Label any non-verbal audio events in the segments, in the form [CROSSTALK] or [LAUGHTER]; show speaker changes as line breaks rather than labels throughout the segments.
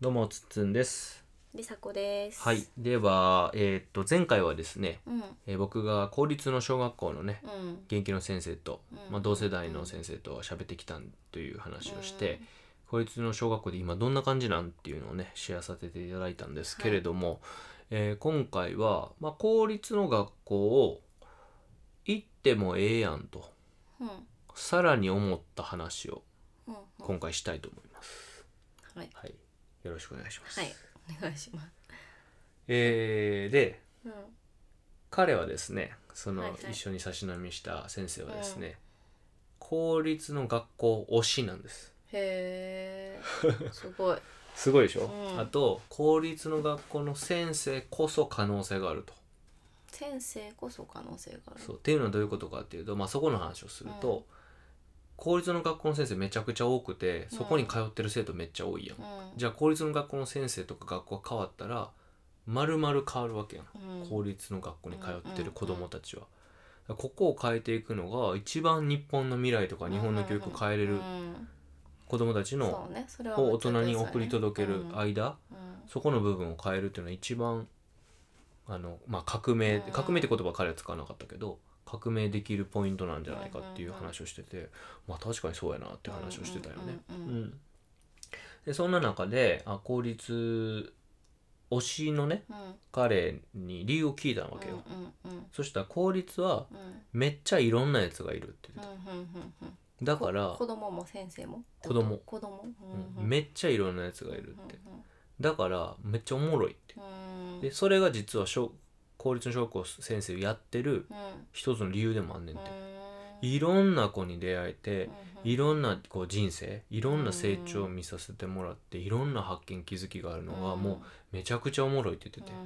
どうもつっつんです。
りさこです。
はい。では、えーっと前回はですね、
うん。
えー僕が公立の小学校のね
うん。
元気の先生と、
うん
まあ、同世代の先生と喋ってきたという話をして、公立の小学校で今どんな感じなんっていうのをねシェアさせていただいたんですけれども、えー今回は、まあ、公立の学校を行ってもええやんと
うん。うん。
さらに思った話を
うん。は
今回したいと思います。
い。
はい、よろしくお願いします。
はい。お願いします。
えーで
うん。
彼はですねその、
はいはい
一緒に差し飲みした先生はですね、
う
公立の学校推しなんです
へえ。すごい。
すごいでしょ、
うん
あと公立の学校の先生こそ可能性があると
先生こそ可能性がある。
そうっていうのはどういうことかっていうと、まあ、そこの話をすると、公立の学校の先生めちゃくちゃ多くてそこに通ってる生徒めっちゃ多いやん、
うん。
じゃあ公立の学校の先生とか学校が変わったら丸々変わるわけやん
うん。
公立の学校に通ってる子どもたちは、ここを変えていくのが一番日本の未来とか日本の教育を変えれ
う
る
ん。
子どもたちの
そうね。それは
を大人に送り届ける
うん。
間
うん
そこの部分を変えるっていうのは一番あの、まあ、革命
うん
革命って言葉は彼は使わなかったけど革命できるポイントなんじゃないかっていう話をしててまあ確かにそうやなっていう話をしてたよね。
うんう
うん
うん
んでそんな中であ公立推しのね
うん。
彼に理由を聞いたわけよ。
うん。うん。
そしたら公立は
うん。うん。
めっちゃいろんなやつがいるって言っ
うん。うん。うん。
てだから
子供も先生も。
子供
子供。
うんめっちゃいろんなやつがいるってだからめっちゃおもろいって
うん。
でそれが実は小公立の小学校先生やってる
うん。
一つの理由でもあんねん
う
て
ん。
いろんな子に出会えて
うん
いろんなこう人生いろんな成長を見させてもらっていろんな発見気づきがあるのがもうめちゃくちゃおもろいって言ってて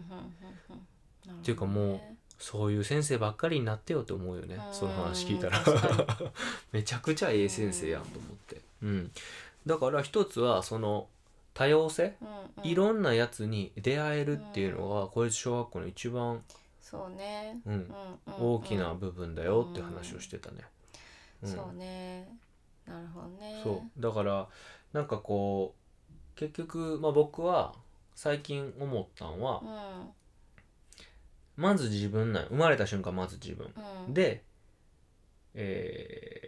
うん
っていうかもうそういう先生ばっかりになってよって思うよね
うん
その話聞いたら
確か
[LAUGHS] めちゃくちゃええ先生やんと思って、うん、だから一つはその多様性
なるほどねうんうん
いろんなやつに出会えるっていうのが公立小学校の一番、
そうね、
う
うん
ん、
うんうん
大きな部分だよって話をしてたね。うん
そうねなるほどね
そうだからなんかこう結局、まあ、僕は最近思ったんは
う、ん
まず自分なんよ生まれた瞬間まず自分、
うん
で、えー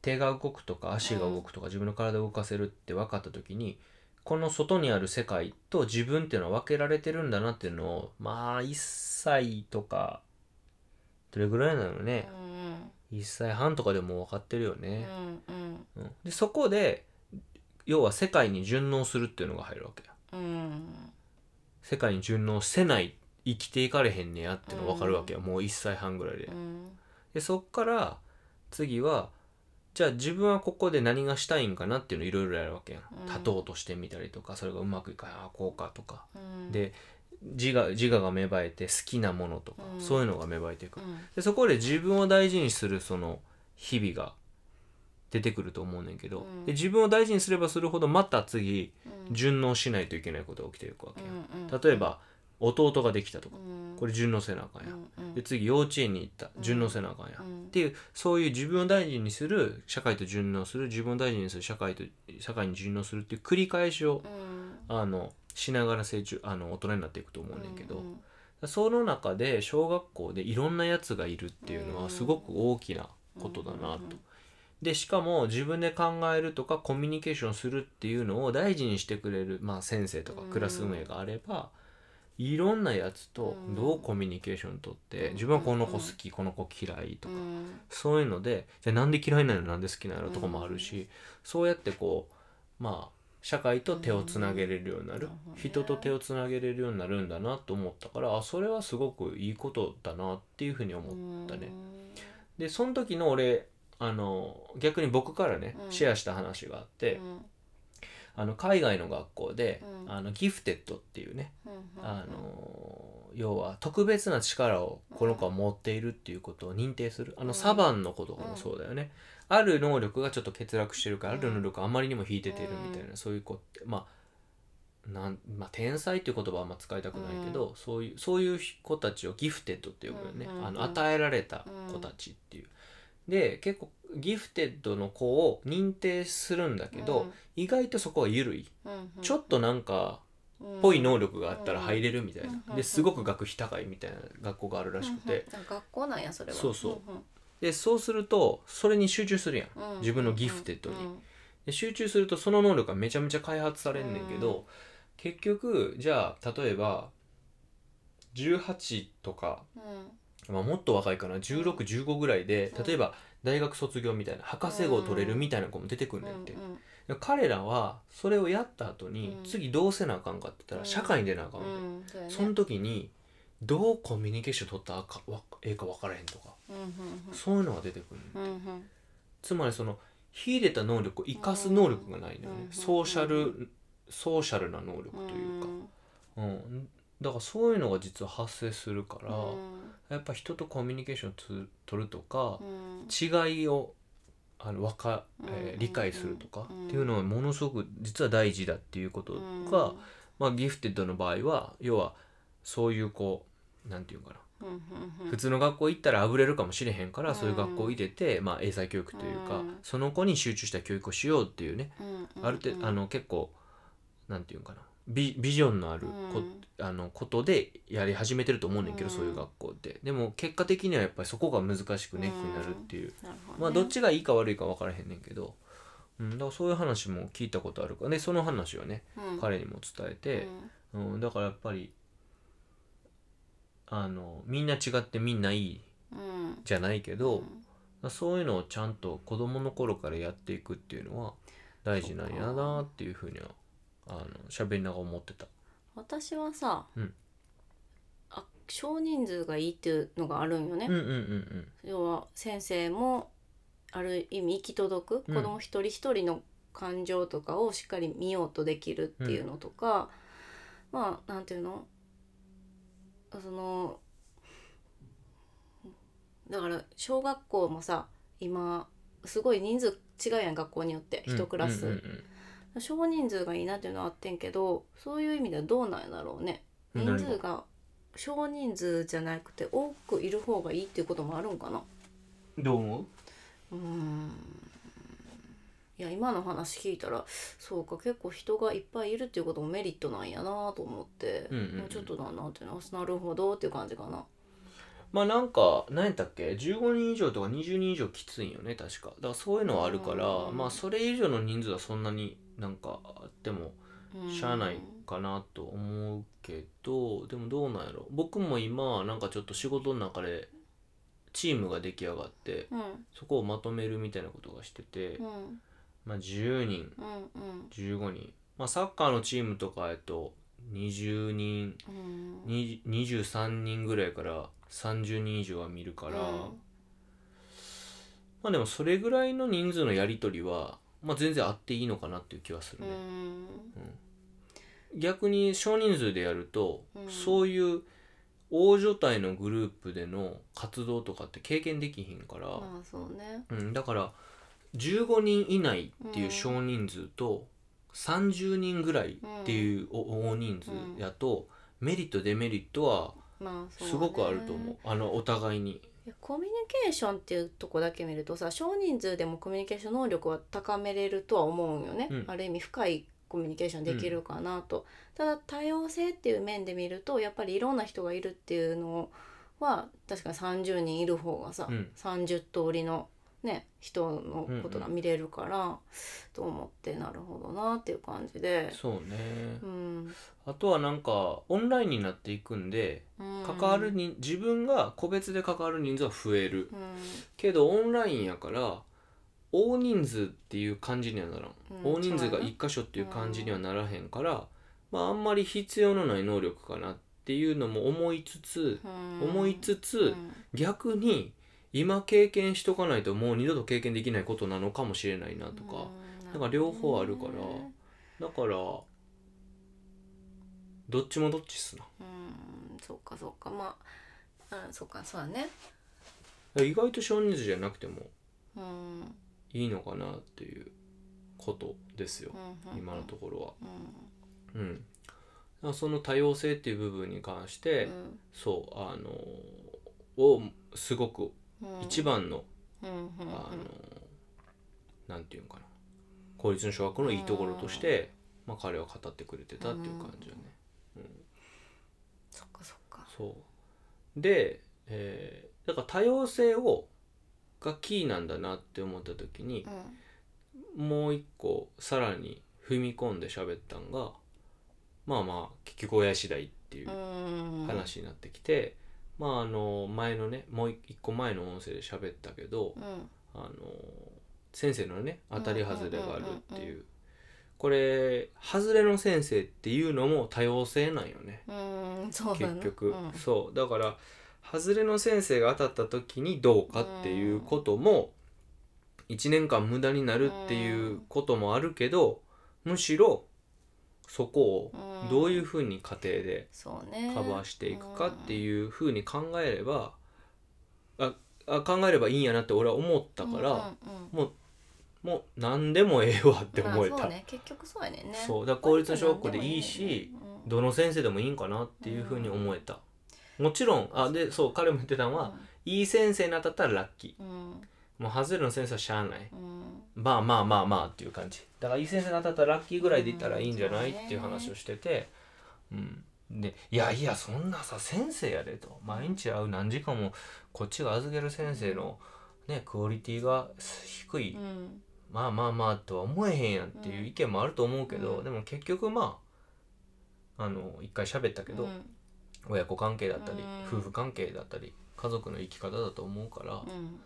手が動くとか足が動くとか自分の体を動かせるって分かった時にこの外にある世界と自分っていうのは分けられてるんだなっていうのをまあ1歳とかどれぐらいなの
うん
ね
うん
1歳半とかでもう分かってるよ
うん
ね、
うん
うんでそこで要は世界に順応するっていうのが入るわけや
うん
世界に順応せない生きていかれへんねやっていうの分かるわけや、もう1歳半ぐらいで
う、ん
でそっから次はじゃあ自分はここで何がしたいんかなっていうのいろいろやるわけやん、
うん
立とうとしてみたりとかそれがうまくいかないあこうかとか、
うん
で自我自我が芽生えて好きなものとか、
うん
そういうのが芽生えていく、
うん
でそこで自分を大事にするその日々が出てくると思うねんけど、
うん
で自分を大事にすればするほどまた次
うん
順応しないといけないことが起きていくわけやん、
うんうん
例えば弟ができたとか
うん
これ順応せなあかんやん、
うん
で次幼稚園に行った
うん
順応せなあかんやん、
うん
っていうそういう自分を大事にする社会と順応する自分を大事にする社会と社会に順応するっていう繰り返しを
う、ん
あのしながら成長あの大人になっていくと思うねんけど、
うん
その中で小学校でいろんなやつがいるっていうの
う
は
ん
すごく大きなことだなと。
うん
でしかも自分で考えるとかコミュニケーションするっていうのを大事にしてくれる、まあ、先生とか
うん
クラス運営があれば、いろんなやつと
うん
どうコミュニケーション取って、
うん
自分はこの子好きこの子嫌いと
う
か、
ん
そういうのでじゃあなんで嫌いなのなんで好きなのとかもあるし、そうやってこうまあ社会と手をつなげれるようになる、
うん
人と手をつなげれるようになるんだなと思ったからあそれはすごくいいことだなっていうふうに思ったね。でその時の俺あの逆に僕からね、
うん
シェアした話があっ
う
て、
ん
あの海外の学校で、
うん
あのギフテッドっていうね、
うんうん
あの要は特別な力をこの子は持っているっていうことを認定するあ
う
の
ん
サバンの子とかもそうだよね、ある能力がちょっと欠落してるからあ
うん
る能力があまりにも引いててるみたいな、そういう子ってまあなんまあ、天才っていう言葉はあんま使いたくないけど、そういうそういう子たちをギフテッドって呼ぶよね、
うんうんうん
あの与えられた子たちっていう。で結構ギフテッドの子を認定するんだけど、意外とそこは緩い、
うんうんうん
ちょっとなんか
うん
ぽい能力があったら入れるみたいな、
うん
ですごく学費高いみたいな学校があるらしくて、
うんうんあ学校なんやそれは
そうそうでそうするとそれに集中するやん、
うんうん
自分のギフテッドに、
うん
で集中するとその能力がめちゃめちゃ開発されんねんけど、
うん
結局じゃあ例えば18とか、
うん
まあ、もっと若いかな1615ぐらいで
うん
例えば大学卒業みたいな博士号取れるみたいな子も出てくんねんって、
うん
で彼らはそれをやった後に、
うん
次どうせなあかんかって言った
うん
ら社会に出なあかんねん、
うんうんそうやね
その時にどうコミュニケーション取ったらあかわええか分からへんとか、
うんう
そういうのが出てくるねん、
んうんうんうん
つまりその秀でた能力を生かす能力がないんだよね、
うん
ソーシャル、
う
ソーシャルな能力というか、うんだからそういうのが実は発生するから、
うん
やっぱ人とコミュニケーションつ取るとか
う、ん
違いをあのわか、えー
うん
理解するとか、
うん
っていうのはものすごく実は大事だっていうことが、まあ、ギフテッドの場合は要はそういうこうなんていうのかな
うんうんうん
普通の学校行ったらあぶれるかもしれへんから、
うん
そういう学校入れて、まあ、英才教育というか、
うん
その子に集中した教育をしようっていうね、
うんうんうん
ある程度あの結構なんていうんかなビビジョンのあるこ,、
うん
あのことでやり始めてると思うねんけど、
うん
そういう学校ってでも結果的にはやっぱりそこが難しくネックになるっていう、
なるほどね
まあどっちがいいか悪いか分からへんねんけど、うん、だからそういう話も聞いたことあるからでその話はね、
うん
彼にも伝えて、うん、だからやっぱりあのみんな違ってみんないい
うんうん
じゃないけど、
うん
まあそういうのをちゃんと子供の頃からやっていくっていうのは大事なんや
そ
な
うか
っていうふうにはあの喋りながら思ってた。
私はさ、
うん
あ少人数がいいっていうのがあるんよね、
うんうんうん
要は先生もある意味行き届く
う
子
ん
供一人一人の感情とかをしっかり見ようとできるっていうのとか、まあなんていうのそのだから小学校もさ今すごい人数違うやん学校によって
うん。
一クラス、
うんうん
少人数がいいなっていうのはあってんけどそういう意味ではどうなんやだろうね
うん
人
何が
数が少人数じゃなくて多くいる方がいいっていうこともあるんかな
うんどう思う
うーんいや今の話聞いたらそうか結構人がいっぱいいるっていうこともメリットなんやなと思って、
うんうんうん
もうちょっとだなっていうのはなるほどっていう感じかな
まあなんか何やったっけ15人以上とか20人以上きついんよね確かだからそういうのはあるから
うん
まあそれ以上の人数はそんなになんかあっても
うん
しゃあないかなと思うけどでもどうなんやろ僕も今なんかちょっと仕事の中でチームが出来上がって
うん
そこをまとめるみたいなことがしてて
うんうん
まあ10人
うん
15人まあサッカーのチームとかえっと20人
うん
に23人ぐらいから30人以上は見るから、
うん
まあでもそれぐらいの人数のやり取りは、まあ、全然あっていいのかなっていう気はする
う
ね、
ん
逆に少人数でやると、
うん
そういう大所帯のグループでの活動とかって経験できひんから、
まあそうね
うん、だから15人以内っていう少人数と、30人ぐらいっていうお大人数やと、メリットデメリットは
まあそうね
すごくあると思うあのお互いに
いやコミュニケーションっていうとこだけ見るとさ少人数でもコミュニケーション能力は高めれるとは思うんよね、
うん
ある意味深いコミュニケーションできるかなと、ただ多様性っていう面で見るとやっぱりいろんな人がいるっていうのは確かに30人いる方がさ、
うん
30通りの、ね、人のことが見れるから、と思ってなるほどなっていう感じで。
そうね
うん、
あとはなんかオンラインになっていくんで
うん
関わる人自分が個別で関わる人数は増える
うん
けどオンラインやから大人数っていう感じにはならん、
うん
大人数が
そうやな
一箇所っていう感じにはならへんから、まああんまり必要のない能力かなっていうのも思いつつ、思いつつ、
うん
逆に今経験しとかないともう二度と経験できないことなのかもしれないなとか、
うん
なんか両方あるからだからどっちもどっちっすな
うんそうかそうかまあ、うん、そうかそうだね
意外と少人数じゃなくても
うんうん
いいのかなっていうことですよ、
うんうん
今のところは。
うん
うん、だからその多様性っていう部分に関して、
うん
そうあのをすごく
うん
一番の
うんうんうん
あのなんていうのかな公立の小学校のいいところとして、まあ、彼は語ってくれてたっていう感じだね。
そっかそっか
そうで、えーだから多様性をがキーなんだなって思った時に
う、ん
もう一個さらに踏み込んで喋ったんがまあまあ結局親次第っていう
うん
話になってきて、まああの前のねもう一個前の音声で喋ったけど、
うん
あの先生のね当たり外れがあるって
うんうんうん
い
うん
うこれ外れの先生っていうのも多様性なんよね
うんそうだな
結局、
うん
そうだから外れの先生が当たった時にどうかっていうことも1年間無駄になるっていうこともあるけどむしろそこを
うん
どういうふうに家庭で
そうね
カバーしていくかっていうふうに考えれば、ああ考えればいいんやなって俺は思ったから、
うんうんうん
もう何でもええわって思えた、
まあそうね結局そうやねんね
そうだから公立の小学校でいいし、
うん
どの先生でもいいんかなっていうふうに思えた、もちろんあでそう彼も言ってたのは、いい先生に当たったらラッキ
うん
ーもう外れの先生はしゃあない
うん
まあまあまあまあっていう感じだからいい先生に当たったらラッキーぐらいでいったらいいんじゃない、
うんそうね
っていう話をしててうんでいやいやそんなさ先生やでと毎日会う何時間もこっちが預ける先生の、ね、クオリティが低い
うん
まあまあまあとは思えへんやんっていう意見もあると思うけど、
うん
でも結局まああの一回喋ったけど、
うん
親子関係だったり、
うん
夫婦関係だったり家族の生き方だと思うから、
うん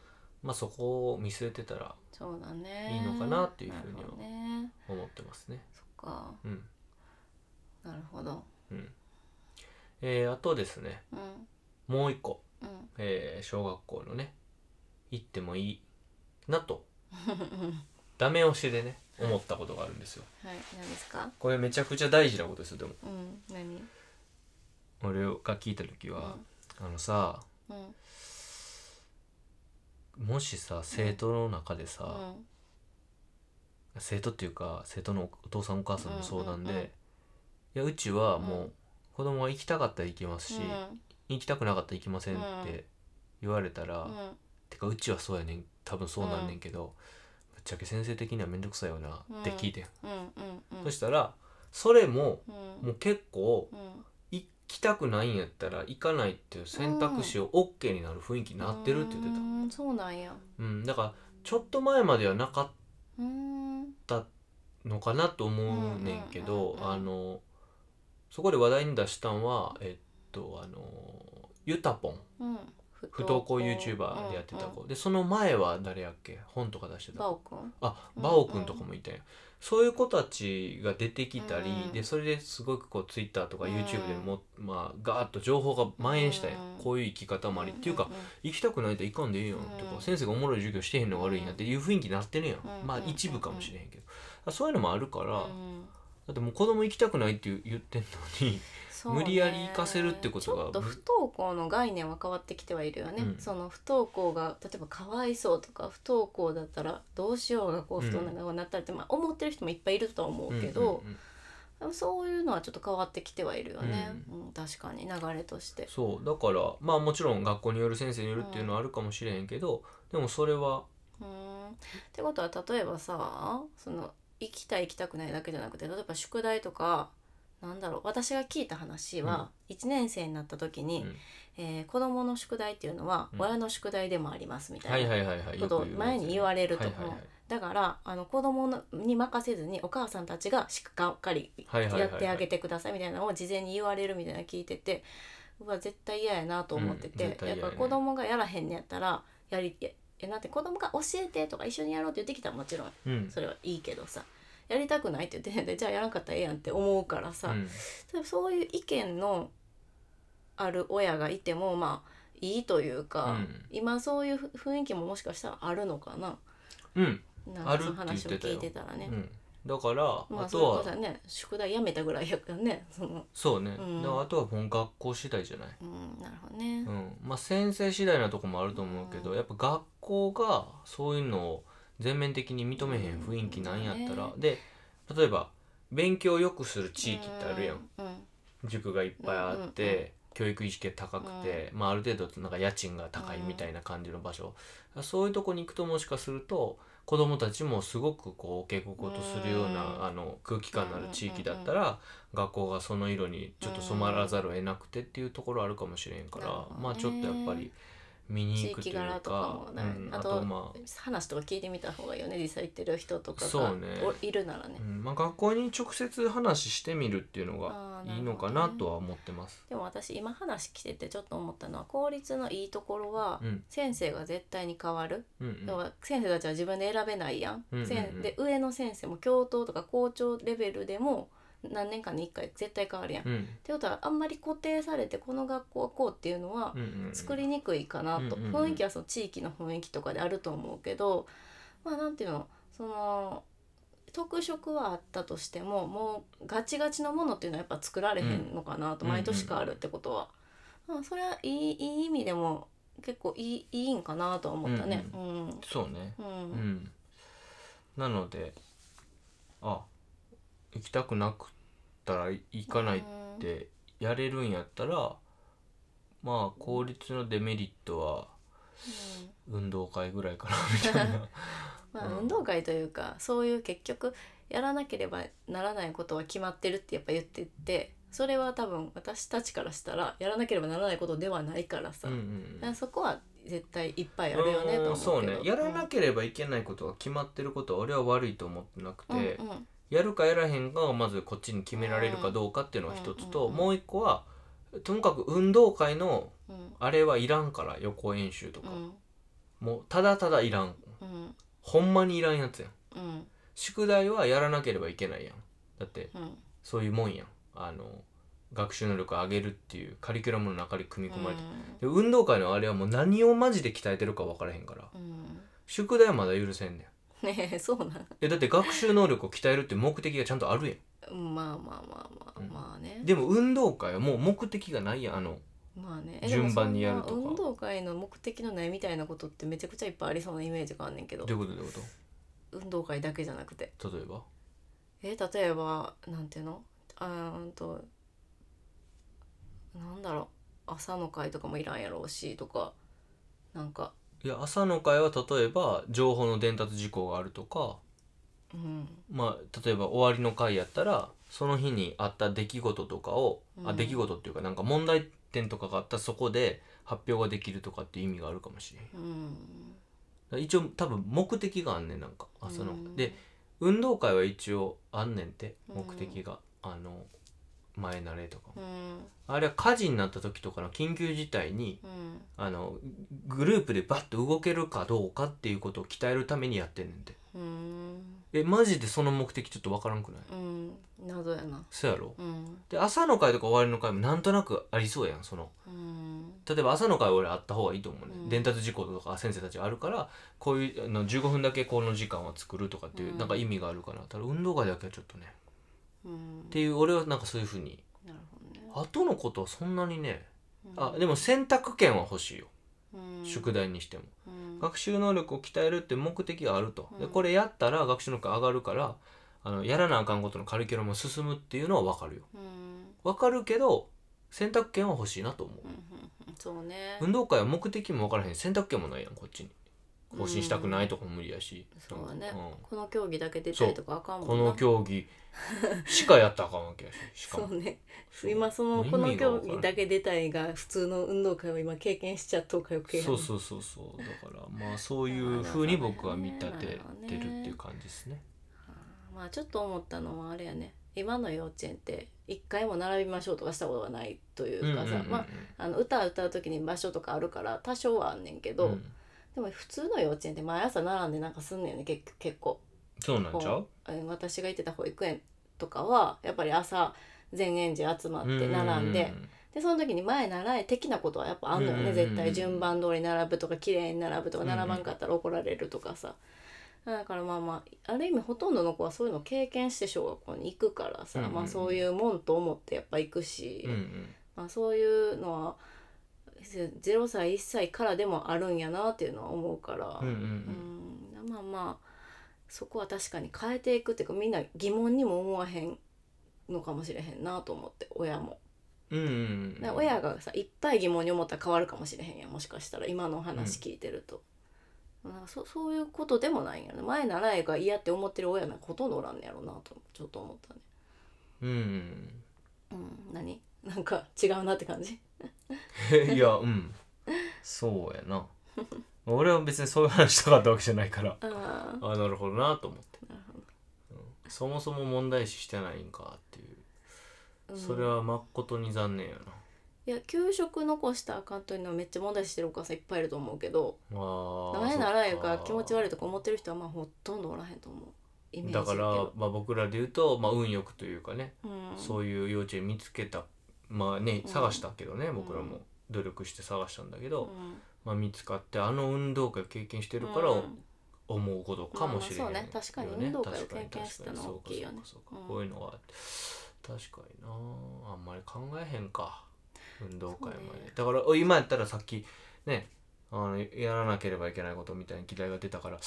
まあそこを見据えてたら
そうだね
いいのかなっていうふうには
なるほどね
思ってますね。
そっか
うん
なるほど
うんえーあとですね
うん
もう一個、
うん
えー小学校のね行ってもいいなとダメ押しでね思ったことがあるんですよ。
はい何ですか
これめちゃくちゃ大事なことですよでも
うん何
俺が聞いた時は、あのさ
うん
もしさ生徒の中でさ、
うん
生徒っていうか生徒のお父さんお母さんの相談で、
うんうんうん
いやうちはも
う
う子供は行きたかったら行きますし、
うん
行きたくなかったら行きませんって言われたら、
うん
てかうちはそうやねん多分そうなんねんけど、ぶっちゃけ先生的には面倒くさいよなって聞いてん、
うんうんうん
そしたらそれも
うん
もう結構
うん
行きたくないんやったら行かないっていう選択肢を OK になる雰囲気になってるって言ってた。
うんそうなんや
うん、だからちょっと前まではなかっ
うん
たのかなと思うねんけど、
うんうんうんうん
あのそこで話題に出したんはえっとあのゆたぽん
うん
不登校 YouTuber でやってた子、でその前は誰やっけ本とか出して
バ
た
オくん
あ
うん
バオくんとかもいたんや、そういう子たちが出てきたり、
うん
でそれですごくこう Twitter とか
うん
YouTube でも、まあ、ガーッと情報が蔓延したや、ん
うん
こういう生き方もあり、っていうか行きたくないと行かんでいいやんとか、
うん
先生がおもろい授業してへんのが悪いなっていう雰囲気になってるやん、
うん
まあ一部かもしれへんけど、そういうのもあるから、
うん
だってもう子供行きたくないって言ってんのに
そうね
無理やり行かせるってことが
ちょっと不登校の概念は変わってきてはいるよね、
うん
その不登校が例えばかわいそうとか不登校だったらどうしようがこう
うん
不登校になったりって、まあ、思ってる人もいっぱいいるとは思うけど
うん、うんうん
でもそういうのはちょっと変わってきてはいるよね、うん確かに流れとして。
そうだからまあもちろん学校による先生によるっていうのはあるかもしれへんけど、でもそれは
うんってことは例えばさその行きたい行きたくないだけじゃなくて例えば宿題とかなんだろう私が聞いた話は、1年生になった時に、
うん
えー子どもの宿題っていうのは
うん
親の宿題でもありますみたいな、
はいはいはいはい
ことを前に言われると
はいはいはい
だからあの子供のに任せずにお母さんたちがしっかり
はいはいはいは
や
い
ってあげてくださいみたいなのを事前に言われるみたいなの聞いててうわ絶対嫌やなと思ってて、
うん絶対
や
嫌
っ
やね
ぱ子供がやらへんのやったらやりやえなんて子供が教えてとか一緒にやろうって言ってきたらもちろん
うん
それはいいけどさやりたくないって言ってんで [LAUGHS] じゃあやらんかったらええやんって思うからさ、
うん
そういう意見のある親がいてもまあいいというか、
うん
今そういう雰囲気ももしかしたらあるのかな
うん
なん
あ
か
るっ
そ
て
の
言っ
話を
てたよ
聞いてたらね。
うんだから、
まあ、
あと
それこ
は
そね宿題やめたぐらいやからねその
そうね、
うん
だからあとはもう学校次第じゃない
うんなるほどね
うん、まあ先生次第なとこもあると思うけど、
うん
やっぱ学校がそういうのを全面的に認めへん雰囲気なんやったら、
う
で例えば勉強を良くする地域ってあるやん、
うん
塾がいっぱいあって、教育意識が高くて、まあ、ある程度なんか家賃が高いみたいな感じの場所、そういうとこに行くともしかすると子どもたちもすごくこう受け心とするような、
うん
あの空気感のある地域だったら、学校がその色にちょっと染まらざるを得なくてっていうところあるかもしれんから、
なるほどね
まあちょっとやっぱり見に行くという
地域柄
か
とかもね
うん、
あ
あ
と
とまあ
話とか聞いてみた方がいいよね実際行ってる人とかが
そうね
おいるならね
うんまあ、学校に直接話してみるっていうのが
あー
いいのか
な
な
るほどね
とは思ってます。
でも私今話来ててちょっと思ったのは公立のいいところは
うん
先生が絶対に変わる、
うんうん
要は先生たちは自分で選べないやん、
うんうんうん
せんで上の先生も教頭とか校長レベルでも何年間に1回絶対変わるやん、っ
うん
てことはあんまり固定されてこの学校はこうっていうのは
うんうんうん
作りにくいかなと、
うんうんうん
雰囲気はその地域の雰囲気とかであると思うけどまあなんていうのその特色はあったとしてももうガチガチのものっていうのはやっぱ作られへんのかなと、
うん
毎年変わるってことは、まあ、それはいいいい意味でも結構いいいいんかなとは思ったね。うん、うん
そうね、うん、なのであ行きたくなくったら行かないってやれるんやったらまあ効率のデメリットは
うん
運動会ぐらいかなみたい
[LAUGHS]
な
まあ、
うん
運動会というかそういう結局やらなければならないことは決まってるってやっぱ言っててそれは多分私たちからしたらやらなければならないことではないからさ、
うんうん
だからそこは絶対いっぱいあ
や
るよねと
そ
思う
う
けど
ねやらな
く
ければいけないことが決まってることは俺は悪いと思ってなくて、
うんうん
やるかやらへんかがまずこっちに決められるかどうかっていうのが一つと、
うんうんうん
もう一個はともかく運動会の
うん
あれはいらんから予行演習と
う
か、
ん
もうただただいらん
うん
ほんまにいらんやつやん
うん
宿題はやらなければいけないやんだって
うん
そういうもんやんあの学習能力を上げるっていうカリキュラムの中に組み込まれて、で運動会のあれはもう何をマジで鍛えてるか分からへんから
うん
宿題はまだ許せんねん
ねえそうなん
えだって学習能力を鍛えるって目的がちゃんとあるや
うんまあまあまあまあ、
うん
まあね
んでも運動会はもう目的がないやんあの
まあねえ
順番にやるとか
でもそんな運動会の目的のないみたいなことってめちゃくちゃいっぱいありそうなイメージがあんねんけど
どういうことどういうこ
運動会だけじゃなくて
と例えば
え例えばなんていうのあーうんとなんだろう朝の会とかもいらんやろうしとかなんか
いや朝の会は例えば情報の伝達事項があるとか
うん
まあ、例えば終わりの回やったらその日にあった出来事とかを、
う
あ
ん
出来事っていうかなんか問題点とかがあったらそこで発表ができるとかっていう意味があるかもしれんだか
うん
ら一応多分目的があんねんなんか朝の、
うん
で運動会は一応あんねんって
うん
目的が、あの前慣れとかも、
うん
あれは火事になった時とかの緊急事態に
うん
あのグループでバッと動けるかどうかっていうことを鍛えるためにやってんねんて
うん
えマジでその目的ちょっとわからんくない
うん謎やな
そうやろ、
うん
で朝の会とか終わりの会もなんとなくありそうやんその
うん
例えば朝の会は俺あった方がいいと思うね、
うん
伝達事項とか先生たちあるからこういうあの15分だけこの時間は作るとかっていう、
うん
なんか意味があるからただ運動会だけはちょっとね
うん
っていう俺はなんかそういうふうに
なるほどね
後のことはそんなにね
うん
あでも選択権は欲しいよ、
うん
宿題にしても
うん
学習能力を鍛えるって目的があると、で
うん
これやったら学習能力上がるからあのやらなあかんことのカリキュラムも進むっていうのは分かるよ
うんうん
分かるけど選択権は欲しいなと思う
うんそうね
運動会は目的も分からへん選択権もないやんこっちに更新したくないとかも無理やし、
そうだね
う
この競技だけ出たりとかあかん
ん
も
こ
んな
の競技しかやったらあかんわけやししか
そ
も
うね今そのこの競技だけ出たいが普通の運動会を今経験しちゃったかよ
けそう
う
そうそうそうだからまあそういうふうに僕は見立ててるっていう感じですね
まあちょっと思ったのはあれやね今の幼稚園って一回も並びましょうとかしたことがないという
うんうんう
か
ん
さ、まああの歌歌う時に場所とかあるから多少はあんねんけど、
うん
でも普通の幼稚園って毎朝並んでなんかすんねんね結結構
そうなんちゃう
あの私が行ってた保育園とかはやっぱり朝全園児集まって並んで、でその時に前習え的なことはやっぱあんのよ
うんうんう
ね
ん
絶対順番通り並ぶとか綺麗に並ぶとか
うんうん
並ばんかったら怒られるとかさだからまあまあある意味ほとんどの子はそういうのを経験して小学校に行くからさ
うんうんうん
まあそういうもんと思ってやっぱ行くし
うんうんうん
まあそういうのは0歳1歳からでもあるんやなっていうのは思うから
うんうんうん
うんまあまあそこは確かに変えていくっていうかみんな疑問にも思わへんのかもしれへんなと思って親も。
うんうん
で親がさいっぱい疑問に思ったら変わるかもしれへんやんもしかしたら今のお話聞いてると、なんかそそういうことでもないんやね前習いが嫌って思ってる親なんかほとんどおらんねやろうなとちょっと思ったね
うん
うん何なんか違うなって感じ
うんいやうんそうやな俺は別にそういう話したかったわけじゃないから
ああ
あなるほどなと思って
なるほ
そもそも問題視してないんかっていう、
ど、うん
それは誠に残念やない
や給食残したらあかんというのはめっちゃ問題視してるお母さんいっぱいいると思うけど
あー
前習いが気持ち悪い
そ
とか思ってる人はまあほとんどおらへんと思うイメー
っ
ジ
かだから、
や
まあ、僕らで言うと、まあ、運よくというかね、
けどうん、
そういう幼稚園見つけたまあね
うん
探したけどね、僕ら
う
も努力して探したんだけど、
うん
まあ、見つかってあの運動会を経験してるから
うん
思うことかもしれない、
まあまあそうね確かに運動会を経験したの
確か
は
に
大きいよね
そうかそうかそうか
うん
こういうのは確かになあんまり考えへんか運動会まで、
そうね
だからお今やったらさっきねあのやらなければいけないことみたいな議題が出たから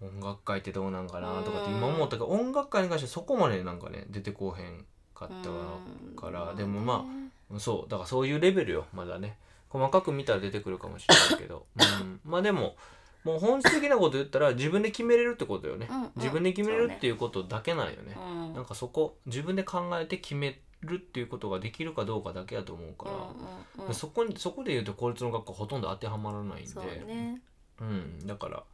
音楽会ってどうなんかなとかって今思ったけど音楽会に関してはそこまでなんかね出てこうへんかったわ
うん
からでもまあ
ね
そうだからそういうレベルよまだね細かく見たら出てくるかもしれないけ
[LAUGHS]
ど、うん、まあでももう本質的なこと言ったら自分で決めれるってことよね、
うんうん
自分で決めるっていうことだけなんよね
うん
なんかそこ自分で考えて決めるっていうことができるかどうかだけだと思うから、
うんうんうん
そこにそこで言うと公立の学校ほとんど当てはまらないんで
そうね
うん、だから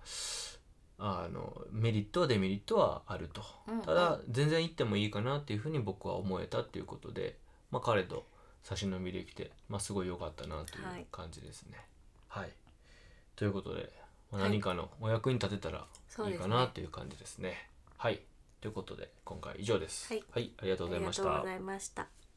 あのメリットはデメリットはあると、
うん
ただ全然行ってもいいかなっていうふうに僕は思えたっていうことで、まあ、彼と差し伸びできて、まあ、すごい良かったなと
はいいう
感じですね。はい、ということで、まあ
はい
何かのお役に立てたら
そう
いい
です
か
ね
なっていう感じですね。はいということで今回以上です。
はい
ありがとうございました。
ありがとうございました